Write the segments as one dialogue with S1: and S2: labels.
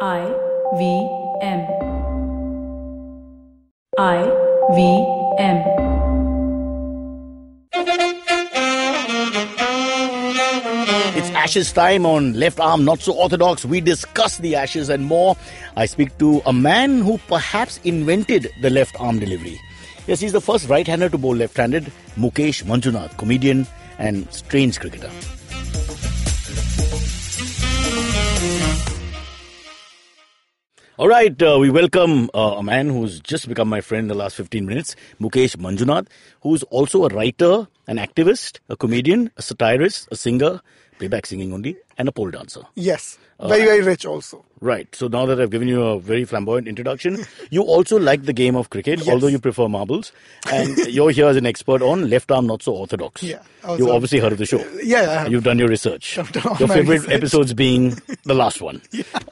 S1: I V M I V M
S2: It's Ashes time on Left Arm Not So Orthodox. We discuss the Ashes and more. I speak to a man who perhaps invented the left arm delivery. Yes, he's the first right hander to bowl left handed, Mukesh Manjunath, comedian and strange cricketer. All right, uh, we welcome uh, a man who's just become my friend in the last 15 minutes, Mukesh Manjunath, who's also a writer, an activist, a comedian, a satirist, a singer, playback singing only, and a pole dancer.
S3: Yes. very, very rich also.
S2: Right. So now that I've given you a very flamboyant introduction, you also like the game of cricket, although you prefer marbles. And you're here as an expert on left arm not so orthodox.
S3: Yeah.
S2: You've
S3: Also- uh,
S2: obviously heard of the show.
S3: Yeah, I have.
S2: You've done your research.
S3: I've done all
S2: your
S3: my
S2: favorite
S3: research.
S2: episodes being the last one.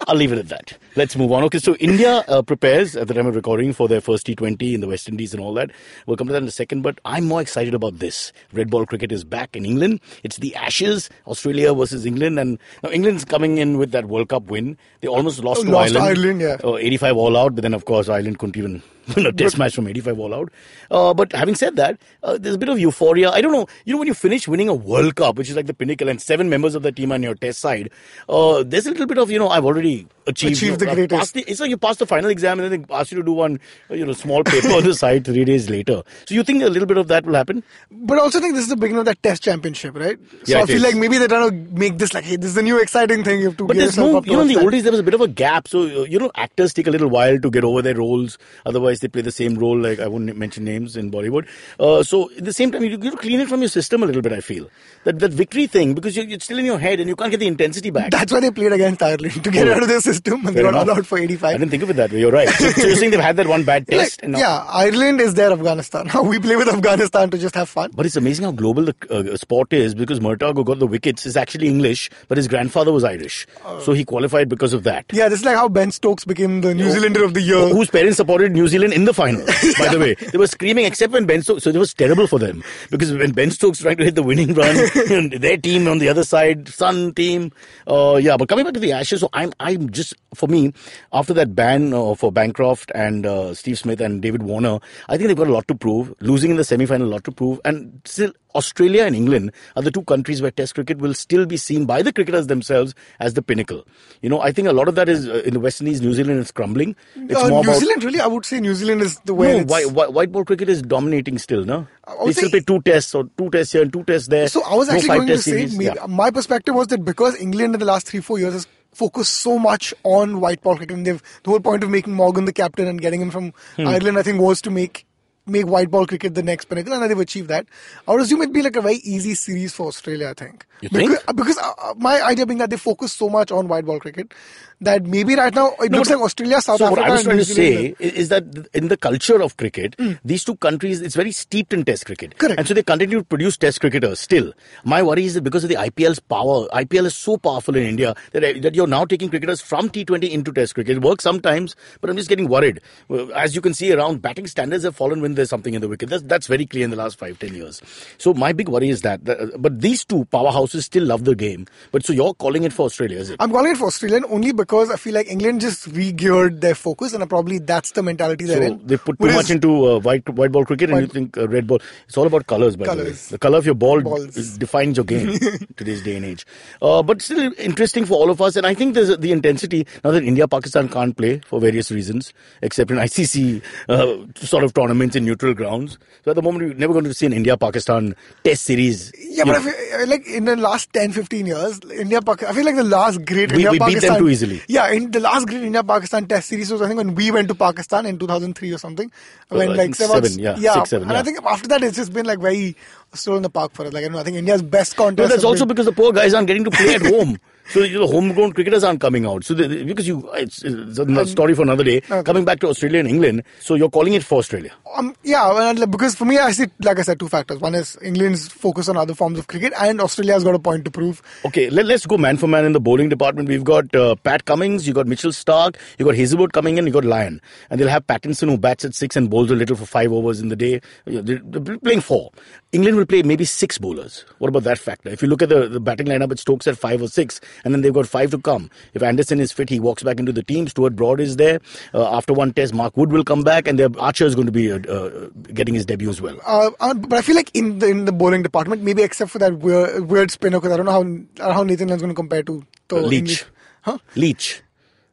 S2: I'll leave it at that. Let's move on. Okay. So India uh, prepares at the time of recording for their first T20 in the West Indies and all that. We'll come to that in a second. But I'm more excited about this. Red ball cricket is back in England. It's the Ashes, Australia versus England, and now England's coming in with that World Cup win. They almost lost lost to
S3: Oh, Lost Ireland, yeah.
S2: Uh, 85 all out, but then of course Ireland couldn't even win a test match from 85 all out. Uh, but having said that, uh, there's a bit of euphoria. I don't know. You know, when you finish winning a World Cup, which is like the pinnacle, and seven members of the team on your test side, uh, there's a little bit of you know I've already achieved,
S3: Achieved the
S2: I've
S3: greatest.
S2: passed the- it's like you pass the final exam and then they ask you to do one uh, you know small paper on the side three days later. So you think a little bit of that will happen?
S3: But I also think this is the beginning of that test championship, right? So
S2: Yeah,
S3: I
S2: it
S3: feel
S2: is.
S3: like maybe they're trying to make this like, hey, this is a new exciting thing. You have to
S2: But
S3: gear
S2: there's
S3: yourself
S2: no,
S3: up
S2: you know, in the
S3: towards
S2: old
S3: that.
S2: days there was a bit of a gap. So uh, you know, actors take a little while to get over their roles. Otherwise, they play the same role. Like I won't mention names in Bollywood. Uh, so at the same time, you you know, clean it from your system a little bit. I feel that that victory thing because you're, it's still in your head and you can't get the intensity back.
S3: That's why they played against Ireland to get
S2: Oh.
S3: out of their system and
S2: Fair
S3: they got
S2: enough.
S3: allowed for 85.
S2: I didn't think of it that way. You're right. So, so you're saying they've had that one bad
S3: Like,
S2: test. and now,
S3: yeah, Ireland is their Afghanistan. Now we play with Afghanistan to just have fun.
S2: But it's amazing how global the uh, sport is because Murtaugh, who got the wickets, is actually English, but his grandfather was Irish.
S3: Oh.
S2: so he qualified because of that.
S3: Yeah, this is like how Ben Stokes became the New Zealander of the year.
S2: whose parents supported New Zealand in the final. By the way, they were screaming except when Ben Stokes. So it was terrible for them because when Ben Stokes trying to hit the winning run, and their team on the other side, Sun team. Uh, yeah, but coming back to the Ashes, so I'm I'm just for me after that ban uh, for Bancroft and uh, Steve Smith and David Warner, I think they've got a lot to prove. Losing in the semi-final, a lot to prove, and still Australia and England are the two countries where Test cricket will still be seen by the cricketers themselves as the pinnacle. You know, I think a lot of that is uh, in the West Indies, New Zealand is crumbling. It's
S3: Uh,
S2: more
S3: New
S2: about-
S3: Zealand, really? I would say New Zealand is the way.
S2: no,
S3: it's-
S2: whi- whi- white ball cricket is dominating still, no?
S3: I would
S2: They still
S3: say-
S2: play two tests or two tests here and two tests there.
S3: So I was
S2: No
S3: actually going to
S2: five-test
S3: say,
S2: series,
S3: maybe,
S2: yeah.
S3: my perspective was that because England in the last three four years has focused so much on white ball cricket, and they've the whole point of making Morgan the captain and getting him from
S2: Hmm.
S3: Ireland, I think, was to make make white ball cricket the next pinnacle, and they've achieved that. I would assume it'd be like a very easy series for Australia, I think.
S2: You
S3: because,
S2: think?
S3: uh, Because uh, uh, my idea being that they focus so much on white ball cricket that maybe right now it
S2: No,
S3: looks
S2: but-
S3: like Australia, South
S2: so
S3: Africa,
S2: what I was
S3: and
S2: trying
S3: New
S2: to say
S3: Zealand. Hmm.
S2: i- is that in the culture of cricket, these two countries, it's very steeped in Test cricket,
S3: Correct.
S2: and so they continue to produce Test cricketers. Still, my worry is that because of the IPL's power, IPL is so powerful in India that I- that you're now taking cricketers from T20 into Test cricket. It works sometimes, but I'm just getting worried. Well, As you can see around, batting standards have fallen when there's something in the wicket. That's that's very clear in the last five ten years. So my big worry is that, that- but these two powerhouses still love the game. But so you're calling it for Australia, is it?
S3: I'm calling it for Australia only because I feel like England just re-geared their focus, and probably that's the mentality they're
S2: So
S3: in.
S2: they put too
S3: Whereas-
S2: much into uh, white white ball cricket, and you
S3: White-
S2: think uh, red ball. It's all about colors, by the way.
S3: Colours.
S2: The color of your ball
S3: Balls.
S2: d- defines your game today's day and age. Uh, but still interesting for all of us, and I think there's a- the intensity now that India Pakistan can't play for various reasons, except in ICC uh, sort of tournaments in neutral grounds. So at the moment, we're never going to see an India Pakistan Test series. you
S3: Yeah, but I
S2: know.
S3: feel, I- like in the last 10, 15 years, India, Pak- I feel like the last great
S2: We-
S3: India
S2: we beat them
S3: Pakistan.
S2: too easily.
S3: Yeah, in the last great India Pakistan test series was, I think, when we went to Pakistan in 2003 or something. When,
S2: I think
S3: Sehwag's-
S2: seven, yeah, six, seven,
S3: And
S2: yeah.
S3: I think after that, it's just been like very slow in the park for us. Like, I don't know, I think India's best contest.
S2: No, that's
S3: has
S2: also
S3: been-
S2: because the poor guys aren't getting to play at home. So you know, homegrown cricketers aren't coming out. So they, they- because you, it's, it's a story for another day.
S3: Okay.
S2: Coming back to Australia and England, so you're calling it for Australia.
S3: Um, yeah, well, and, like, because for me, I see, like I said, two factors. One is England's focus on other forms of cricket, and Australia's got a point to prove.
S2: Okay, let, us go man for man in the bowling department. We've got uh, Pat Cummings, you got Mitchell Stark, you got Hazelwood coming in, you got Lyon, and they'll have Pattinson who bats at six and bowls a little for five overs in the day. You know, They're, they're playing four. England will play maybe six bowlers. What about that factor? If you look at the, the batting lineup, it Stokes at five or six, and then they've got five to come. If Anderson is fit, he walks back into the team. Stuart Broad is there. Uh, after one test, Mark Wood will come back, and their Archer is going to be uh, uh, getting his debut as well.
S3: Uh, uh, but I feel like in the in the bowling department, maybe except for that weird, weird spinner, because I don't know how how Nathan is going to compare to the
S2: Leach.
S3: English- huh?
S2: Leach.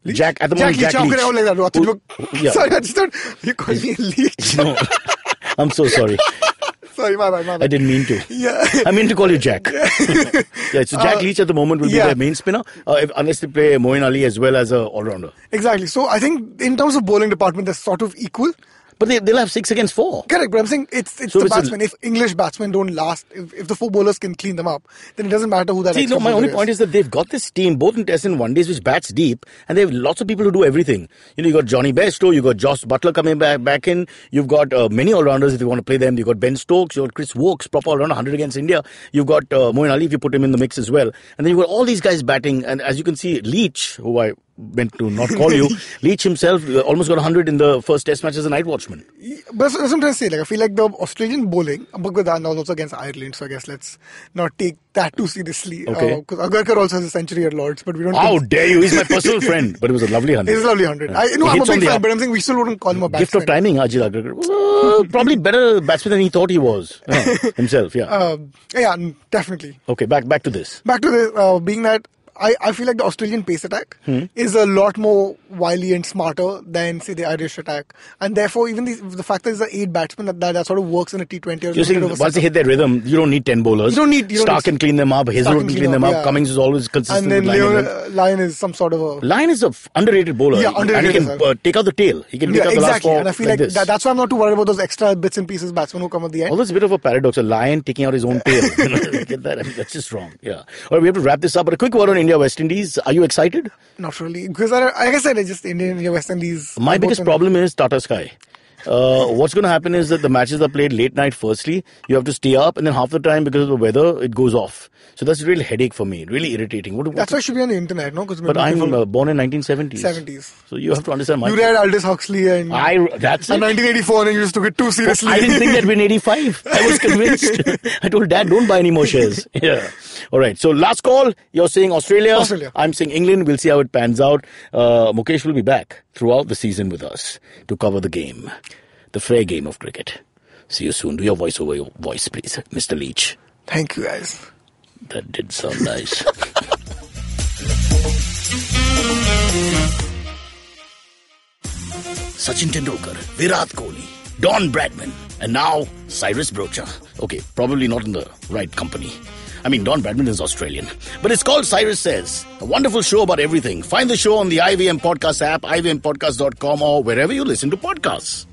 S2: Jack at the
S3: Jack
S2: moment.
S3: Leach. How can I oh, like that? I thought you
S2: Who-
S3: were-
S2: yeah.
S3: Sorry, I just thought you called me a leech.
S2: No, I'm so sorry.
S3: Sorry, my bad, my bad.
S2: I didn't mean to.
S3: Yeah.
S2: I mean to call you Jack. yeah, so Jack Leach at the moment will
S3: yeah.
S2: be their main spinner, uh, if, unless they play Moeen Ali as well as a all rounder.
S3: Exactly. So I think in terms of bowling department, they're sort of equal.
S2: But they, they'll have six against four.
S3: Correct, but I'm saying it's it's
S2: So
S3: the
S2: it's a-
S3: batsmen. If English batsmen don't last, if, if the four bowlers can clean them up, then it doesn't matter who that.
S2: See, no,
S3: extra
S2: my
S3: bowler
S2: only point is that they've got this team, both in Test and One Days, which bats deep, and they have lots of people who do everything. You know, you got Johnny Besto, you got Josh Butler coming back, back in, you've got uh, many all rounders if you want to play them. You've got Ben Stokes, you've got Chris Wokes, proper all rounder, 100 against India. You've got uh, Moeen Ali if you put him in the mix as well. And then you've got all these guys batting, and as you can see, Leach, who I meant to not call you, Leach himself uh, almost got 100 in the first Test match as a night watchman.
S3: But that's, that's what I'm trying to say. Like I feel like the Australian bowling, because that was also against Ireland, so I guess let's not take that too seriously.
S2: Okay.
S3: Because Agarkar also has a century at Lords, but we don't.
S2: How
S3: think-
S2: dare you? He's my personal friend, but it was a lovely 100.
S3: He's a lovely hundred. I know
S2: He
S3: I'm a
S2: hits on
S3: big
S2: the
S3: fan,
S2: up.
S3: but I'm saying we still wouldn't call him a batsman.
S2: Gift of timing, Ajit Agarkar. Uh, probably better batsman than he thought he was Yeah, himself. Yeah.
S3: Um, yeah, n- definitely.
S2: okay, back back to this.
S3: Back to the uh, being that I, I feel like the Australian pace attack
S2: Hmm.
S3: is a lot more wily and smarter than say the Irish attack, and therefore even the, the fact that it's the eight batsmen that, that, that sort of works in a T20 or
S2: You're saying
S3: limited over
S2: once they
S3: seven.
S2: hit their rhythm, you don't need ten bowlers.
S3: You don't need- you don't
S2: Stark
S3: need-
S2: can clean them up. Hazel
S3: Stark
S2: can
S3: can
S2: clean them up.
S3: yeah.
S2: Cummings is always consistent.
S3: and then
S2: with lining
S3: Leo,
S2: them.
S3: uh, Lion is some sort of a
S2: Lion is a f- underrated bowler.
S3: Yeah, underrated
S2: And he
S3: as
S2: can
S3: well.
S2: uh, take out the tail. He can take out the last
S3: exactly.
S2: four.
S3: And I feel
S2: like
S3: like,
S2: this.
S3: that, that's why I'm not too worried about those extra bits and pieces batsmen who come at the end.
S2: Although it's a bit of a paradox, a lion taking out his own tail. Get that? I mean, that's just wrong. Yeah. All right, we have to wrap this up. But a quick word on India West Indies. Are you excited?
S3: Not really, because I, like I said, it's just Indian, India, West Indies.
S2: My
S3: both
S2: biggest
S3: in-
S2: problem is Tata Sky. Uh, what's going to happen is that the matches are played late night. Firstly, you have to stay up, and then half the time because of the weather, it goes off. So that's a real headache for me. Really irritating. What, what-
S3: That's why it should be on the internet, no? Because
S2: but I'm uh, born in 1970s.
S3: 70s.
S2: So you have to understand my.
S3: You read Aldous Huxley and,
S2: I that's
S3: and
S2: it.
S3: 1984, and you just took it too seriously.
S2: I didn't think that'd been 85. I was convinced. I told Dad, don't buy any more shares. Yeah. All right. So last call. You're saying Australia.
S3: Australia.
S2: I'm saying England. We'll see how it pans out. Uh, Mukesh will be back throughout the season with us to cover the game, the fair game of cricket. See you soon. Do your voice over your voice, please, Mr. Leach.
S3: Thank you, guys.
S2: That did sound nice. Sachin Tendulkar, Virat Kohli, Don Bradman, and now Cyrus Brocha. Okay, probably not in the right company. I mean, Don Bradman is Australian. But it's called Cyrus Says. A wonderful show about everything. Find the show on the IVM Podcast app, ivmpodcast.com, or wherever you listen to podcasts.